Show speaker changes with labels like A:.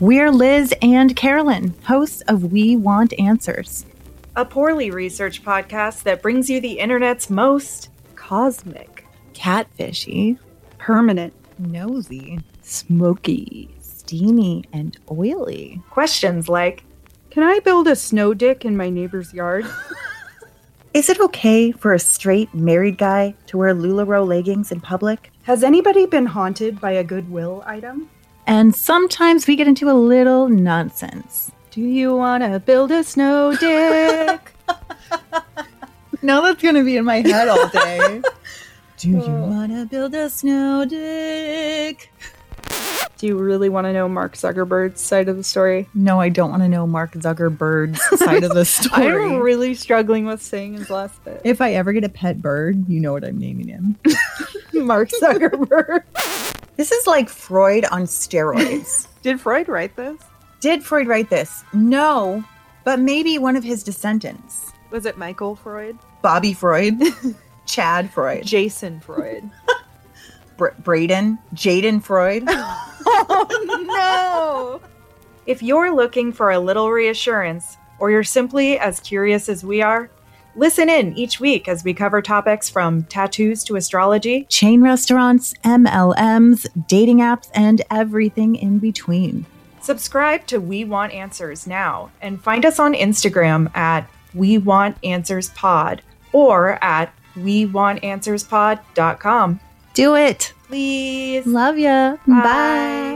A: We're Liz and Carolyn, hosts of We Want Answers.
B: a poorly researched podcast that brings you the internet's most cosmic,
A: Catfishy,
C: Permanent.
A: nosy, smoky, steamy, and oily.
B: questions like
C: Can I build a snow dick in my neighbor's yard?
D: Is it okay for a straight married guy to wear LuLaRoe leggings in public?
C: Has anybody been haunted by a Goodwill item?
A: And sometimes we get into a little nonsense.
C: Do you want to build a snow dick?
A: Now that's going to be in my head all day. Oh. Do you want to build a snow dick?
C: Do you really want to know Mark Zuckerberg's side of the story?
A: No, I don't want to know Mark Zuckerberg's side of the
C: I'm
A: story.
C: really struggling with saying his last bit.
A: If I ever get a pet bird, you know what I'm naming him.
C: Mark Zuckerberg.
D: This is like Freud on steroids.
C: Did Freud write this?
D: Did Freud write this? No, but maybe one of his descendants
C: Was it Michael Freud?
D: Bobby Freud, Chad Freud,
C: Jason Freud.
D: Br- Braden, Jaden Freud.
C: no!
B: If you're looking for a little reassurance, or you're simply as curious as we are, listen in each week as we cover topics from tattoos to astrology.
A: Chain restaurants, MLMs, dating apps, and everything in between.
B: Subscribe to We Want Answers now and find us on Instagram at We Want Answers Pod or at WeWantAnswersPod.com.
A: Do it.
B: Please.
A: Love ya. Bye.